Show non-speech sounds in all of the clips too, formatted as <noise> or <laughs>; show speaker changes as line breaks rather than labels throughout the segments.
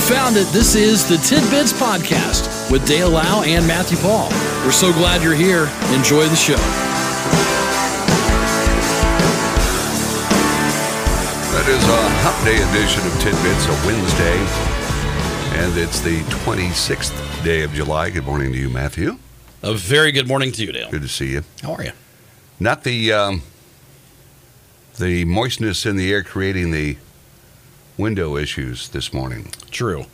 found it. This is the Tidbits Podcast with Dale Lau and Matthew Paul. We're so glad you're here. Enjoy the show.
That is a Hump Day edition of Tidbits, a Wednesday, and it's the 26th day of July. Good morning to you, Matthew.
A very good morning to you, Dale.
Good to see you.
How are you?
Not the um, the moistness in the air creating the window issues this morning.
True,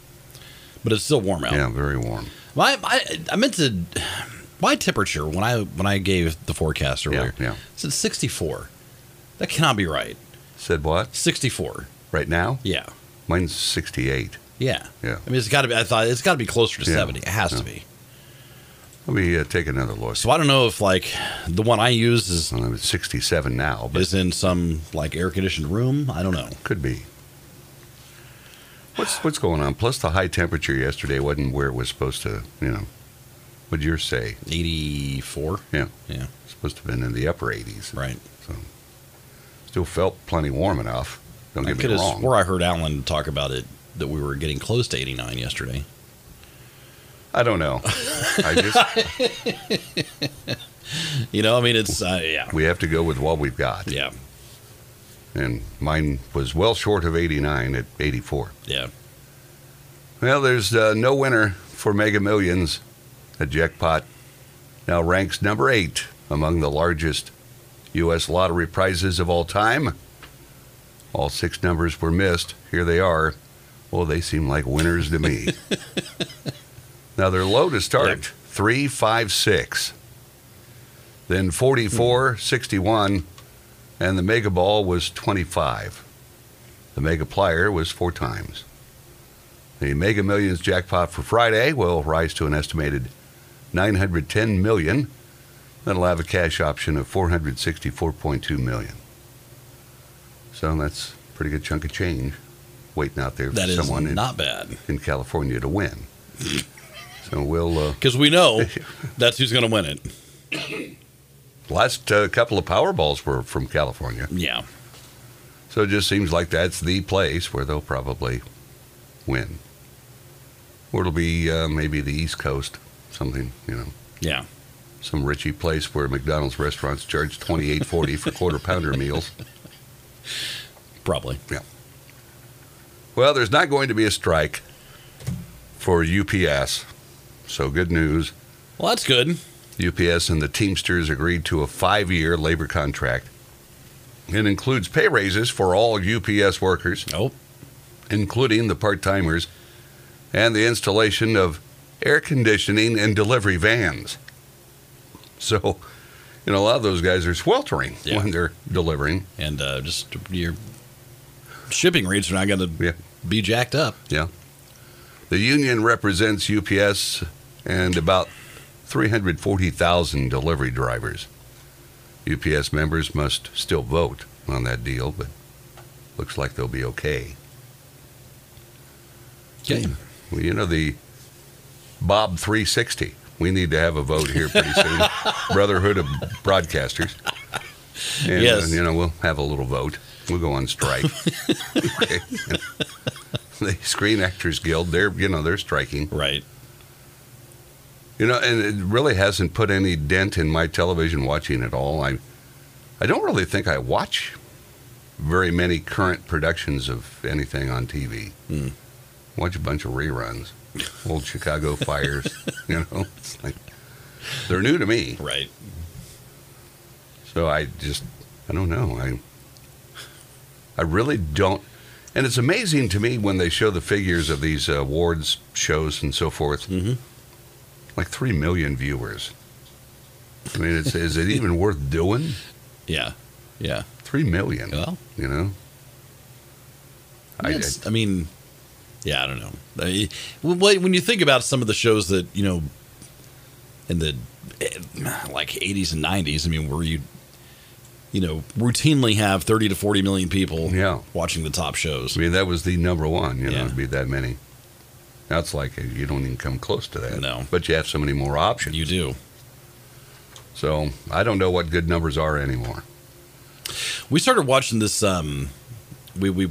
but it's still warm out.
Yeah, very warm.
My, I, I meant to. My temperature when I when I gave the forecast earlier,
Yeah, yeah.
it said 64. That cannot be right.
Said what?
64.
Right now?
Yeah,
Mine's 68.
yeah,
Yeah.
I mean, it's got to be. I thought it's got to be closer to
Yeah,
70. It has
yeah.
to be.
Let me uh, take another look.
So I don't know if like the one I used is
Well, it's 67 now, but
is in some like air conditioned room. I don't know.
could be. What's what's going on? Plus, the high temperature yesterday wasn't where it was supposed to. You know, what'd yours say?
84.
Yeah.
Yeah.
Supposed to have been in the upper 80s.
Right.
Still felt plenty warm enough. Don't
I
get
could
me
have
wrong.
swore I heard Alan talk about it that we were getting close to 89 yesterday.
I don't know. I
<laughs>
just
You know, I mean, it's uh, yeah,
we have to go with what we've got.
yeah,
And mine was well short of 89 at 84.
yeah.
Well, there's uh, no winner for Mega Millions. The jackpot now ranks number eight among the largest U.S. lottery prizes of all time. All six numbers were missed. Here they are. Well, they seem like winners to me. now they're low to start
Yep.
three, five, six. Then 44, 61, and the Mega Ball was 25. The Mega Plier was four times. The Mega Millions jackpot for Friday will rise to an estimated 910 million. That'll have a cash option of 464.2 million. So that's a pretty good chunk of change waiting out there for
That is
someone in,
not bad
in California to win. so we'll uh,
because we
<laughs>
know that's who's going to win it.
last uh, couple of Powerballs were from California.
Yeah,
So it just seems like that's the place where they'll probably win. Or it'll be uh, maybe the East Coast, something, you know.
yeah.
some Richie place where McDonald's restaurants charge twenty eight forty for quarter pounder meals.
Probably.
Well, there's not going to be a strike for UPS, so good news.
Well, that's good.
UPS and the Teamsters agreed to a five year labor contract. It includes pay raises for all UPS workers,
Oh,
including the part timers, and the installation of air conditioning and delivery vans. So, you know, a lot of those guys are sweltering
Yeah.
when they're delivering.
and uh, just your shipping rates are not going to
Yeah.
be jacked up.
Yeah. The union represents UPS and about 340,000 delivery drivers. UPS members must still vote on that deal, but looks like they'll be okay.
Okay.
Well, you know, the Bob 360. We need to have a vote here pretty soon. Brotherhood of Broadcasters. And, uh,
Yes.
you know, we'll have a little vote. We'll go on strike. <laughs> Okay. <laughs> The Screen Actors Guild, they're, you know, they're striking.
Right.
You know, and it really hasn't put any dent in my television watching at all. I, I don't really think I watch very many current productions of anything on TV.
Hmm.
Watch a bunch of reruns, old Chicago fires. You know, it's like they're new to me,
Right.
so I just I don't know. I I really don't. And it's amazing to me when they show the figures of these uh, awards shows and so forth.
Mm-hmm.
like three million viewers. I mean, it's, is it even worth doing?
Yeah. Yeah.
Three million.
Well,
You know, I, I,
It's- I, mean, yeah, I don't know. I- when- When you think about some of the shows that you know, in the eh, like '80s and '90s, I mean, where you, you know, routinely have 30 to 40 million people
Yeah.
watching the top shows.
I mean that was the number one. You know,
Yeah.
it'd be that many. Now it's like uh, you don't even come close to that.
No.
but you have so many more options.
You do.
So I don't know what good numbers are anymore.
We started watching this. Um, we we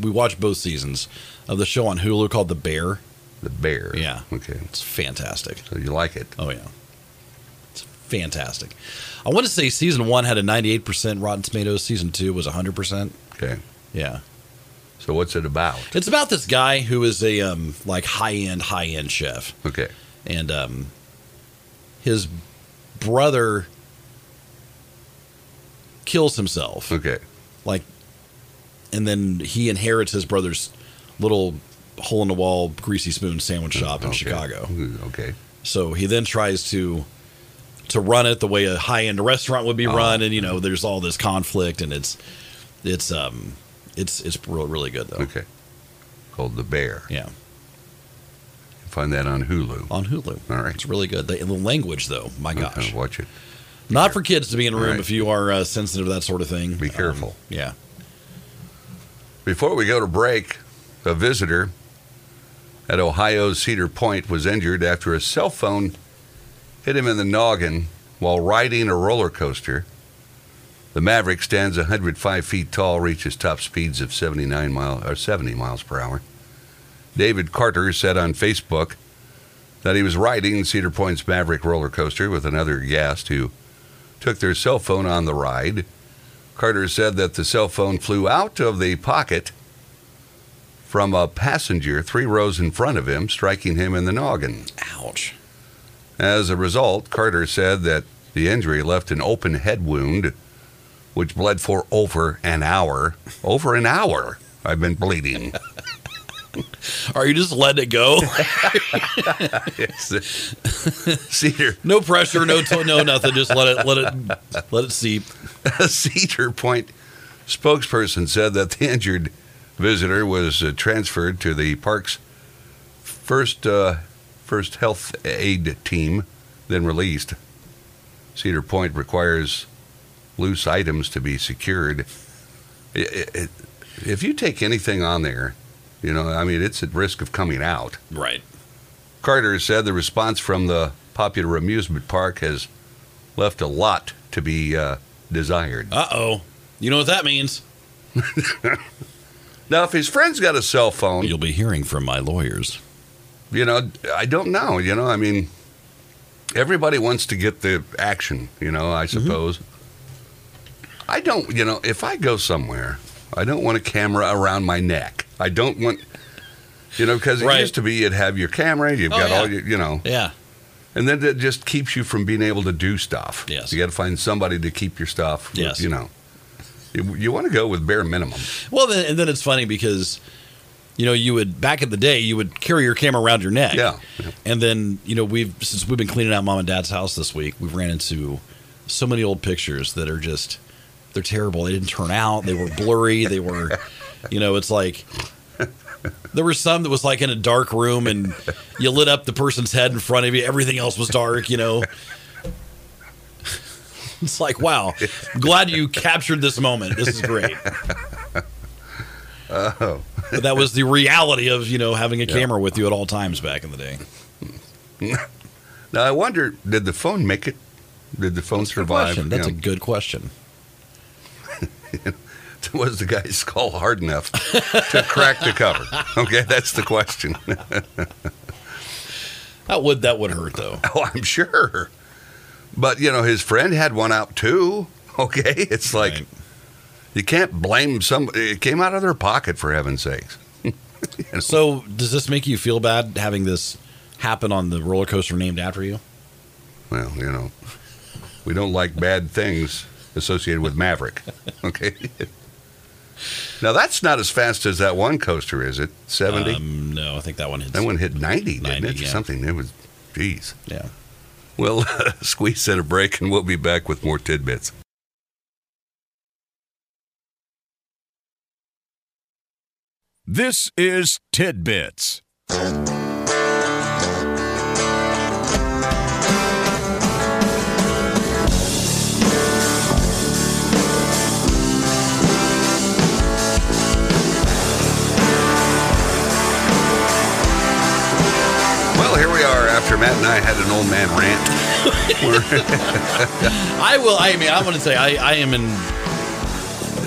we watched both seasons of the show on Hulu called The Bear.
The bear.
Yeah.
Okay.
It's fantastic.
So you like it?
Oh yeah, it's fantastic. I want to say season one had a 98% Rotten Tomatoes. Season two was 100%.
Okay.
Yeah,
So what's it about?
it's about this guy who is a um, like high end high end chef,
Okay.
and um, his brother kills himself.
Okay.
Like, and then he inherits his brother's little hole in the wall greasy spoon sandwich shop in
Hmm. Okay.
Chicago.
Mm, Okay.
So he then tries to to run it the way a high end restaurant would be
Oh.
run, and you know, there's all this conflict, and it's it's um it's it's real, really good though.
Okay. Called the bear.
Yeah,
Find that on Hulu.
on Hulu.
All right.
it's really good. The, the language though, Oh my
Okay,
gosh,
watch it.
not for kids to be in a
All
room
right.
if you are uh, sensitive to that sort of thing.
Be
Um,
careful.
yeah,
Before we go to break, a visitor at Ohio's Cedar Point was injured after a cell phone hit him in the noggin while riding a roller coaster. The Maverick stands 105 feet tall, reaches top speeds of 79 mile or 70 miles per hour. David Carter said on Facebook that he was riding Cedar Point's Maverick roller coaster with another guest who took their cell phone on the ride. Carter said that the cell phone flew out of the pocket from a passenger three rows in front of him, striking him in the noggin.
ouch.
As a result, Carter said that the injury left an open head wound, which bled for over an hour. Over an hour, I've been bleeding. <laughs>
Are you just letting it go?
It's the- <laughs> Cedar
no pressure, no to- no nothing. Just let it let it let it seep.
<laughs> A Cedar Point spokesperson said that the injured visitor was uh, transferred to the park's first uh, first health aid team, then released. Cedar Point requires loose items to be secured. I- I- I- if you take anything on there, you know, I mean, it's at risk of coming out.
Right.
Carter said the response from the popular amusement park has left a lot to be uh, desired.
Uh oh. You know what that means?
Now, if his friend's got a cell phone,
You'll be hearing from my lawyers.
you know, I don't know. You know, I mean, everybody wants to get the action, you know, I
Mm-hmm.
suppose. I don't, you know, if I go somewhere, I don't want a camera around my neck. I don't want, you know, because it
Right.
used to be you'd have your camera, you've
Oh,
got all
yeah.
your, you know,
Yeah.
and then that just keeps you from being able to do stuff.
Yes.
You got to find somebody to keep your stuff,
Yes.
you know. You, you want to go with bare minimum.
Well, then, and then it's funny because, you know, you would back in the day you would carry your camera around your neck.
Yeah, yeah.
And then you know we've since we've been cleaning out mom and dad's house this week, we've ran into so many old pictures that are just they're terrible. They didn't turn out. They were blurry. they
<laughs>
were, you know, it's like. There were some that was like in a dark room and you lit up the person's head in front of you. Everything else was dark, you know. <laughs> It's like, wow, glad you captured this moment. This is great. But that was the reality of you know having a camera with you at all times back in the day.
Now, I wonder, did the phone make it? Did the phone survive?
Question.
You
That's a
know?
good question.
<laughs> was the guy's skull hard enough to crack the
<laughs>
cover? Okay, that's the question. <laughs>
That would that would hurt though.
oh, I'm sure. But you know, his friend had one out too. Okay, it's like
Right.
you can't blame somebody. It came out of their pocket for heaven's sakes.
So does this make you feel bad having this happen on the roller coaster named after you?
Well, you know, we don't like bad things associated with Maverick. Okay. <laughs> Now that's not as fast as that one coaster, is it? Seventy.
Um, no, I think that one hits.
that one hit ninety, didn't
90,
it? Or
yeah.
Something. It was, jeez.
Yeah.
We'll <laughs> squeeze in a break and we'll be back with more tidbits.
This is Tidbits.
Well, here we are after Matt and I had an old man rant. <laughs>
I will. I mean, I'm going to say I, I am in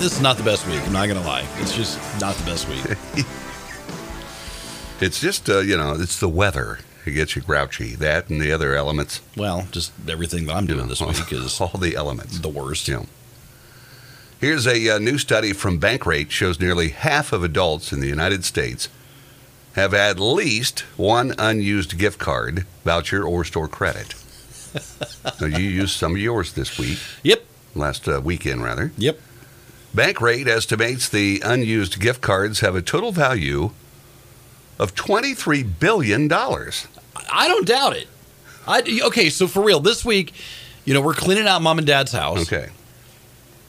this is not the best week. I'm not gonna lie. It's just not the best
<laughs>
week.
It's just, uh, you know, it's the weather. It gets you grouchy. That and the other elements.
well, just everything that I'm
you
doing
know,
this week is
<laughs> all the elements.
the worst.
Yeah. Here's a uh, new study from Bankrate shows nearly half of adults in the United States have at least one unused gift card, voucher, or store credit. now, you used some of yours this week,
Yep.
last uh, weekend rather.
Yep.
Bankrate estimates the unused gift cards have a total value of $23 billion.
I don't doubt it. I okay. So for real, this week, you know, we're cleaning out mom and dad's house.
Okay.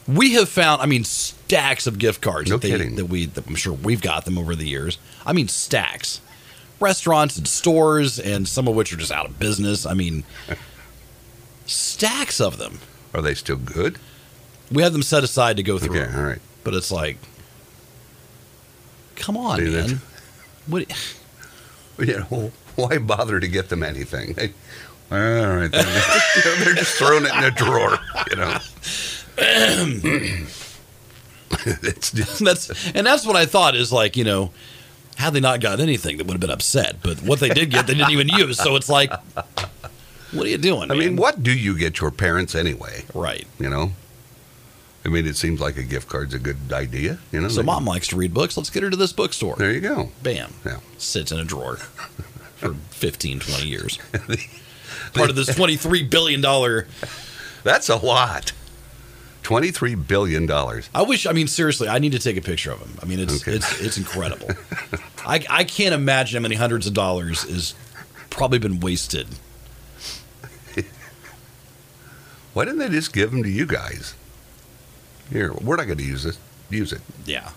We have found, I mean, stacks of gift cards
No
that, they,
kidding.
that we, that I'm sure we've got them over the years. I mean, stacks. Restaurants and stores, and some of which are just out of business. I mean, stacks of them.
Are they still good?
We have them set aside to go through.
Okay, all right.
But it's like, come on,
See, that's-
man. What?
<laughs> you know, why bother to get them anything? They, all right, then.
<laughs>
<laughs> You know, they're just throwing it in a drawer,
<clears throat>
you know. it's just,
<laughs> That's and that's what I thought is like you know, had they not got anything, they would have been upset. But what they did get, they didn't even use. So it's like, what are you doing?
I mean,
man?
what do you get your parents anyway?
Right.
You know, I mean, it seems like a gift card's a good idea. You know,
So
They-
mom likes to read books. Let's get her to this bookstore.
There you go.
Bam.
Yeah.
Sits in a drawer for 15, 20
<laughs>
years. Part of this $23 billion. I
That's a lot. Twenty-three billion dollars.
wish, I mean, seriously, I need to take a picture of him. I mean, it's
Okay.
it's it's incredible. I, I can't imagine how many hundreds of dollars is probably been wasted.
Why didn't they just give them to you guys? Here, we're not going to use this. Use it.
Yeah.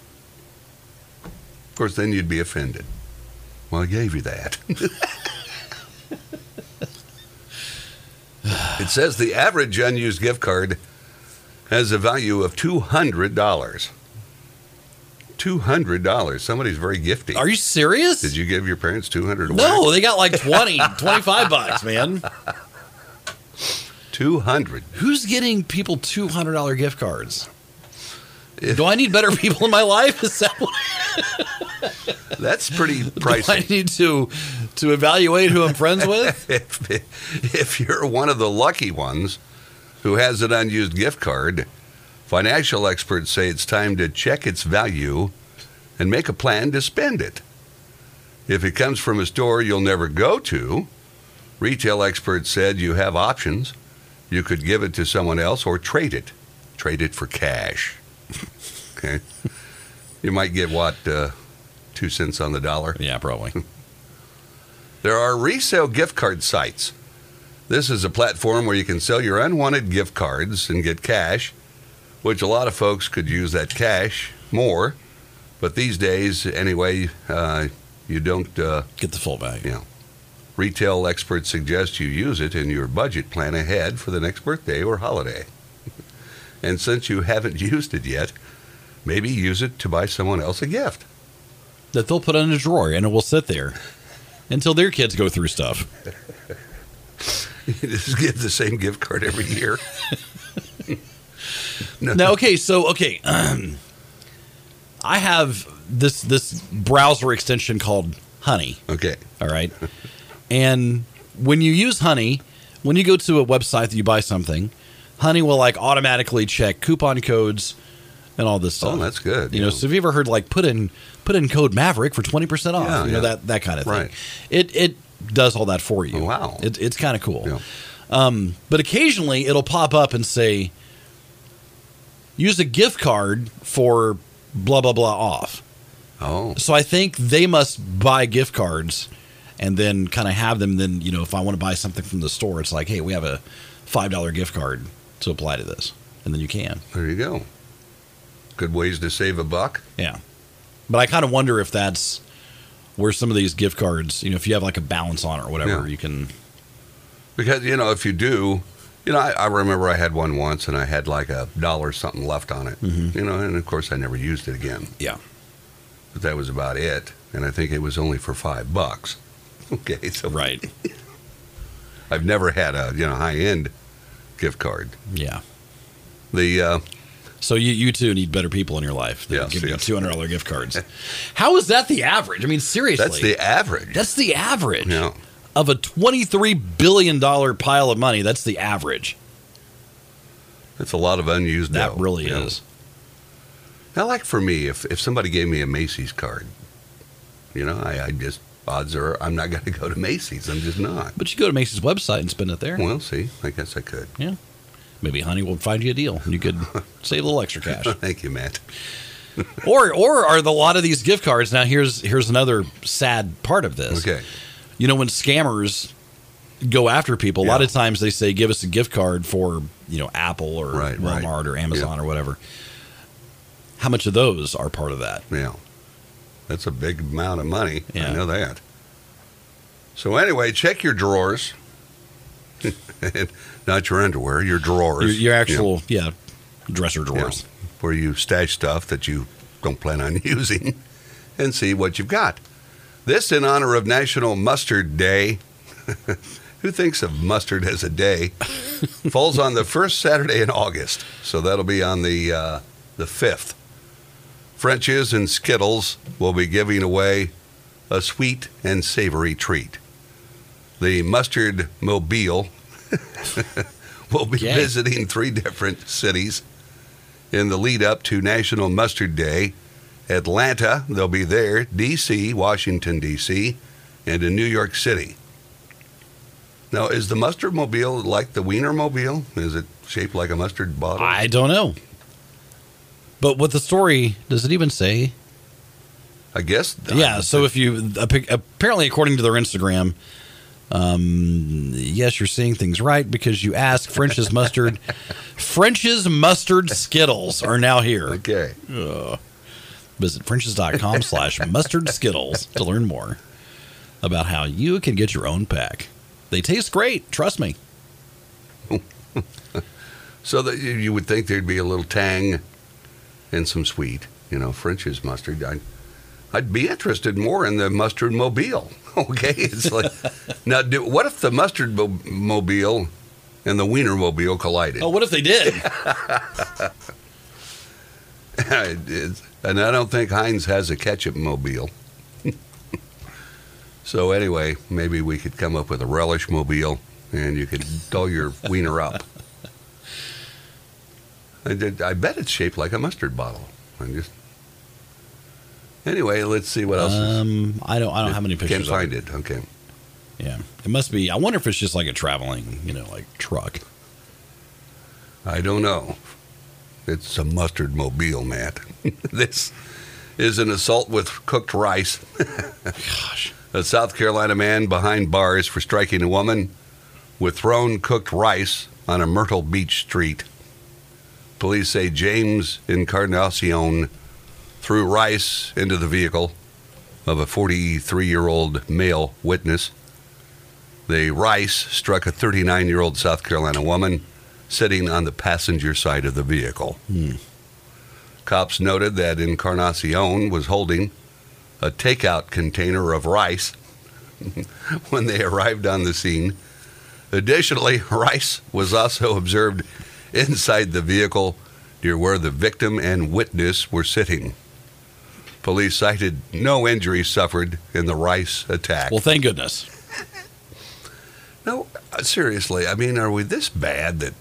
Of course, then you'd be offended. Well, I gave you that. <laughs> it says the average unused gift card has a value of $200. $200. Somebody's very gifty.
Are you serious?
Did you give your parents 200 away?
No, they got like <laughs> 20, 25 bucks, man.
200.
Who's getting people $200 gift cards? Do I need better people in my life? Is that what
That's
<laughs>
pretty
I
pricey.
need to to evaluate who I'm friends with?
<laughs> if, if you're one of the lucky ones who has an unused gift card, financial experts say it's time to check its value and make a plan to spend it. If it comes from a store you'll never go to, retail experts said you have options. You could give it to someone else or trade it. Trade it for cash. <laughs> okay. You might get what, uh, two cents on the dollar?
<laughs> Yeah, probably.
There are resale gift card sites. This is a platform where you can sell your unwanted gift cards and get cash, which a lot of folks could use that cash more. But these days, anyway, uh, you don't. Uh,
Get the full value.
retail experts suggest you use it in your budget plan ahead for the next birthday or holiday. <laughs> and since you haven't <laughs> used it yet, maybe use it to buy someone else a gift. <laughs>
That they'll put in a drawer and it will sit there until their kids go through stuff.
Just give the same gift card
<laughs>
every year.
Now, okay, so okay, <clears throat> I have this this browser extension called Honey.
Okay.
All right. And when you use Honey, when you go to a website that you buy something, Honey will like automatically check coupon codes and all this stuff.
Oh, that's good.
You know,
Yeah.
so have you ever heard like put in put in code Maverick for twenty percent off?
Yeah,
you know
yeah.
that that kind of thing.
Right.
It it does all that for you.
Oh, wow.
It, it's kind of cool.
Yeah.
Um, but occasionally it'll pop up and say, use a gift card for blah blah blah off.
Oh.
So I think they must buy gift cards and then kind of have them. Then, you know, if I want to buy something from the store, it's like, hey, we have a $5 gift card to apply to this. And then you can.
There you go. Good ways to save a buck.
Yeah. But I kind of wonder if that's where some of these gift cards, you know, if you have like a balance on it or whatever,
Yeah.
you can.
Because, you know, if you do, you know, I, I remember I had one once and I had like a dollar something left on it,
Mm-hmm.
you know, and of course I never used it again,
Yeah.
but that was about it. And I think it was only for five bucks. <laughs> Okay. So
<laughs> Right.
I've never had a, you know, high end gift card.
Yeah.
The, uh,
So you, you too need better people in your life that
Yes,
give you
yes.
two hundred dollar gift
<laughs>
cards. How is that the average? I mean, seriously,
That's the average.
that's the average
Yeah.
of a twenty three billion dollar pile of money. That's the average.
That's a lot of unused
That
dough,
really
you know.
is.
Now, like for me, if, if somebody gave me a Macy's card, you know, I, I just, odds are I'm not going to <laughs> go to Macy's. I'm just not.
But you go to Macy's website and spend it there.
Well, see, I guess I could.
Yeah, maybe Honey will find you a deal. and You
<laughs>
could save a little extra cash.
Thank you, Matt.
Or or are the, a lot of these gift cards now? Here's here's another sad part of this.
Okay.
you know when scammers go after people a lot
Yeah.
of times they say give us a gift card for you know apple or
Right,
walmart
right.
or amazon or whatever how much of those are part of that
Now, that's a big amount of money.
Yeah.
I know that. So, anyway, check your drawers. <laughs> not your underwear, your drawers.
your, your
Yeah.
actual yeah, dresser
Yeah.
drawers
where you stash stuff that you don't plan on <laughs> using and see what you've got. This in honor of National Mustard Day. <laughs> Who thinks of mustard as a day? Falls on the first Saturday in August, so that'll be on the uh, the fifth. French's and Skittles will be giving away a sweet and savory treat. The Mustard Mobile <laughs> will be
Yay.
visiting three different cities in the lead up to National Mustard Day. Atlanta, they'll be there, D.C., Washington, D.C., and in New York City. Now, is the mustard mobile like the wiener mobile? Is it shaped like a mustard bottle?
i don't know but what the story does it even say
I guess.
yeah so if you ap- apparently according to their instagram um yes you're seeing things right because you ask french's <laughs> mustard french's mustard skittles are now here
Okay.
Visit French's.com slash mustard skittles to learn more about how you can get your own pack. They taste great, trust me.
So that you- you would think there'd be a little tang and some sweet, you know, French's mustard. I'd, I'd be interested more in the mustard mobile. <laughs> Okay, it's like now. Do, what if the mustard mo- mobile and the wiener mobile collided?
Oh, what if they did?
It's- <laughs> and I don't think Heinz has a ketchup mobile. <laughs> so anyway, maybe we could come up with a relish mobile, and you could doll your wiener up. I, did, I bet it's shaped like a mustard bottle. I just. Anyway, let's see what else. is-
Um, I don't. I don't have any pictures.
Can't
of
find it. Okay.
it. Yeah, it must be. I wonder if it's just like a traveling, you know, like truck.
I don't know. It's a mustard mobile, Matt. <laughs> this is an assault with cooked rice.
Gosh.
A South Carolina man behind bars for striking a woman with thrown cooked rice on a Myrtle Beach street. Police say James Encarnacion threw rice into the vehicle of a 43 year old male witness. The rice struck a 39 year old South Carolina woman sitting on the passenger side of the vehicle. Cops noted that Encarnacion was holding a takeout container of rice <laughs> when they arrived on the scene. Additionally, <laughs> rice was also observed inside the vehicle near where the victim and witness were sitting. Police cited no injuries suffered in the rice attack.
Well, thank goodness.
No, uh, seriously. I mean, are we this bad that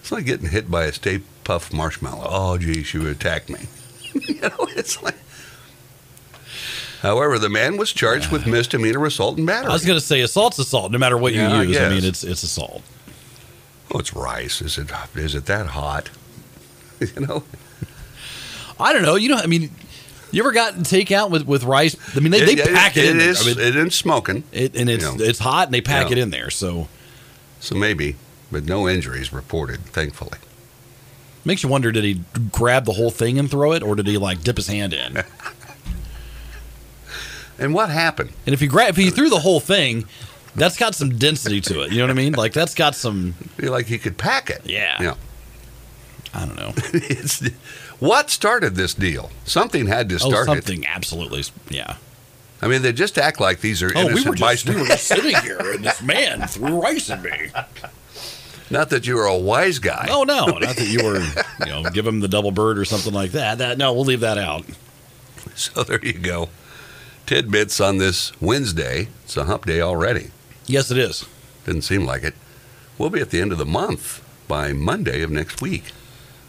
it's like getting hit by a Stay Puff marshmallow? Oh, geez, you attacked me. <laughs> you know, it's like. However, the man was charged with misdemeanor assault and battery.
I was going to say assault's assault, no matter what you
Yeah, I
use. I, mean,
guess.
it's it's assault.
oh, it's rice. Is it? Is it that hot? <laughs> you know,
I don't know. You know, I mean, you ever gotten takeout with with rice? I mean, they, they pack it, in
It
there.
is.
I mean,
it is smoking.
it, and it's
Yeah.
it's hot, and they pack
Yeah.
it in there. So
So maybe, but no injuries reported. Thankfully.
Makes you wonder did he grab the whole thing and throw it, or did he like dip his hand in?
<laughs>
And
And what happened?
if he grab, if he threw the whole thing, that's got some density to it. You know what I mean? Like that's got some.
You're like he could pack it.
Yeah.
Yeah.
I don't know.
<laughs> it's, what started this deal? Something had to
Oh,
start it.
something absolutely. Yeah.
I mean, they just act like these are
Oh,
innocent
we were just we were
bystanders.
just sitting here, and this man threw rice at me.
Not that you were a wise guy.
Oh no, not that you were, you know, give him the double bird or something like that. That no, we'll leave that out.
<laughs> So there you go. Tidbits on this Wednesday. It's a hump day already.
Yes, it is.
Didn't seem like it. We'll be at the end of the month by Monday of next week.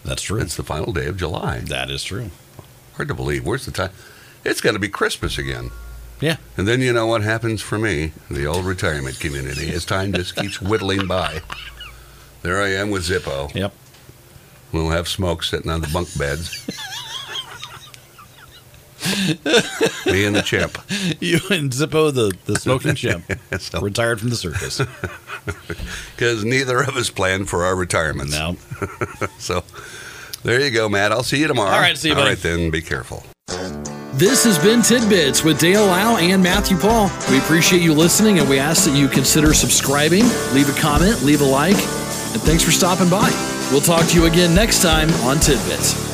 That's true.
It's the final day of July.
That is true.
Hard to believe. Where's the time? It's going to be Christmas again.
Yeah.
And then you know what happens for me, the old retirement community, as time just keeps whittling by. There I am with Zippo.
Yep.
We'll have smoke sitting on the bunk beds. me and the chimp.
<laughs> You and Zippo, the the <laughs> smoking chimp,
So-
retired from the <laughs> circus.
because neither of us planned for our retirements.
Now,
So there you go, Matt. I'll see you tomorrow.
All right, see you,
All
buddy.
right, then. Be careful.
This has been Tidbits with Dale Lau and Matthew Paul. We appreciate you listening and we ask that you consider subscribing, leave a comment, leave a like, and thanks for stopping by. We'll talk to you again next time on Tidbits.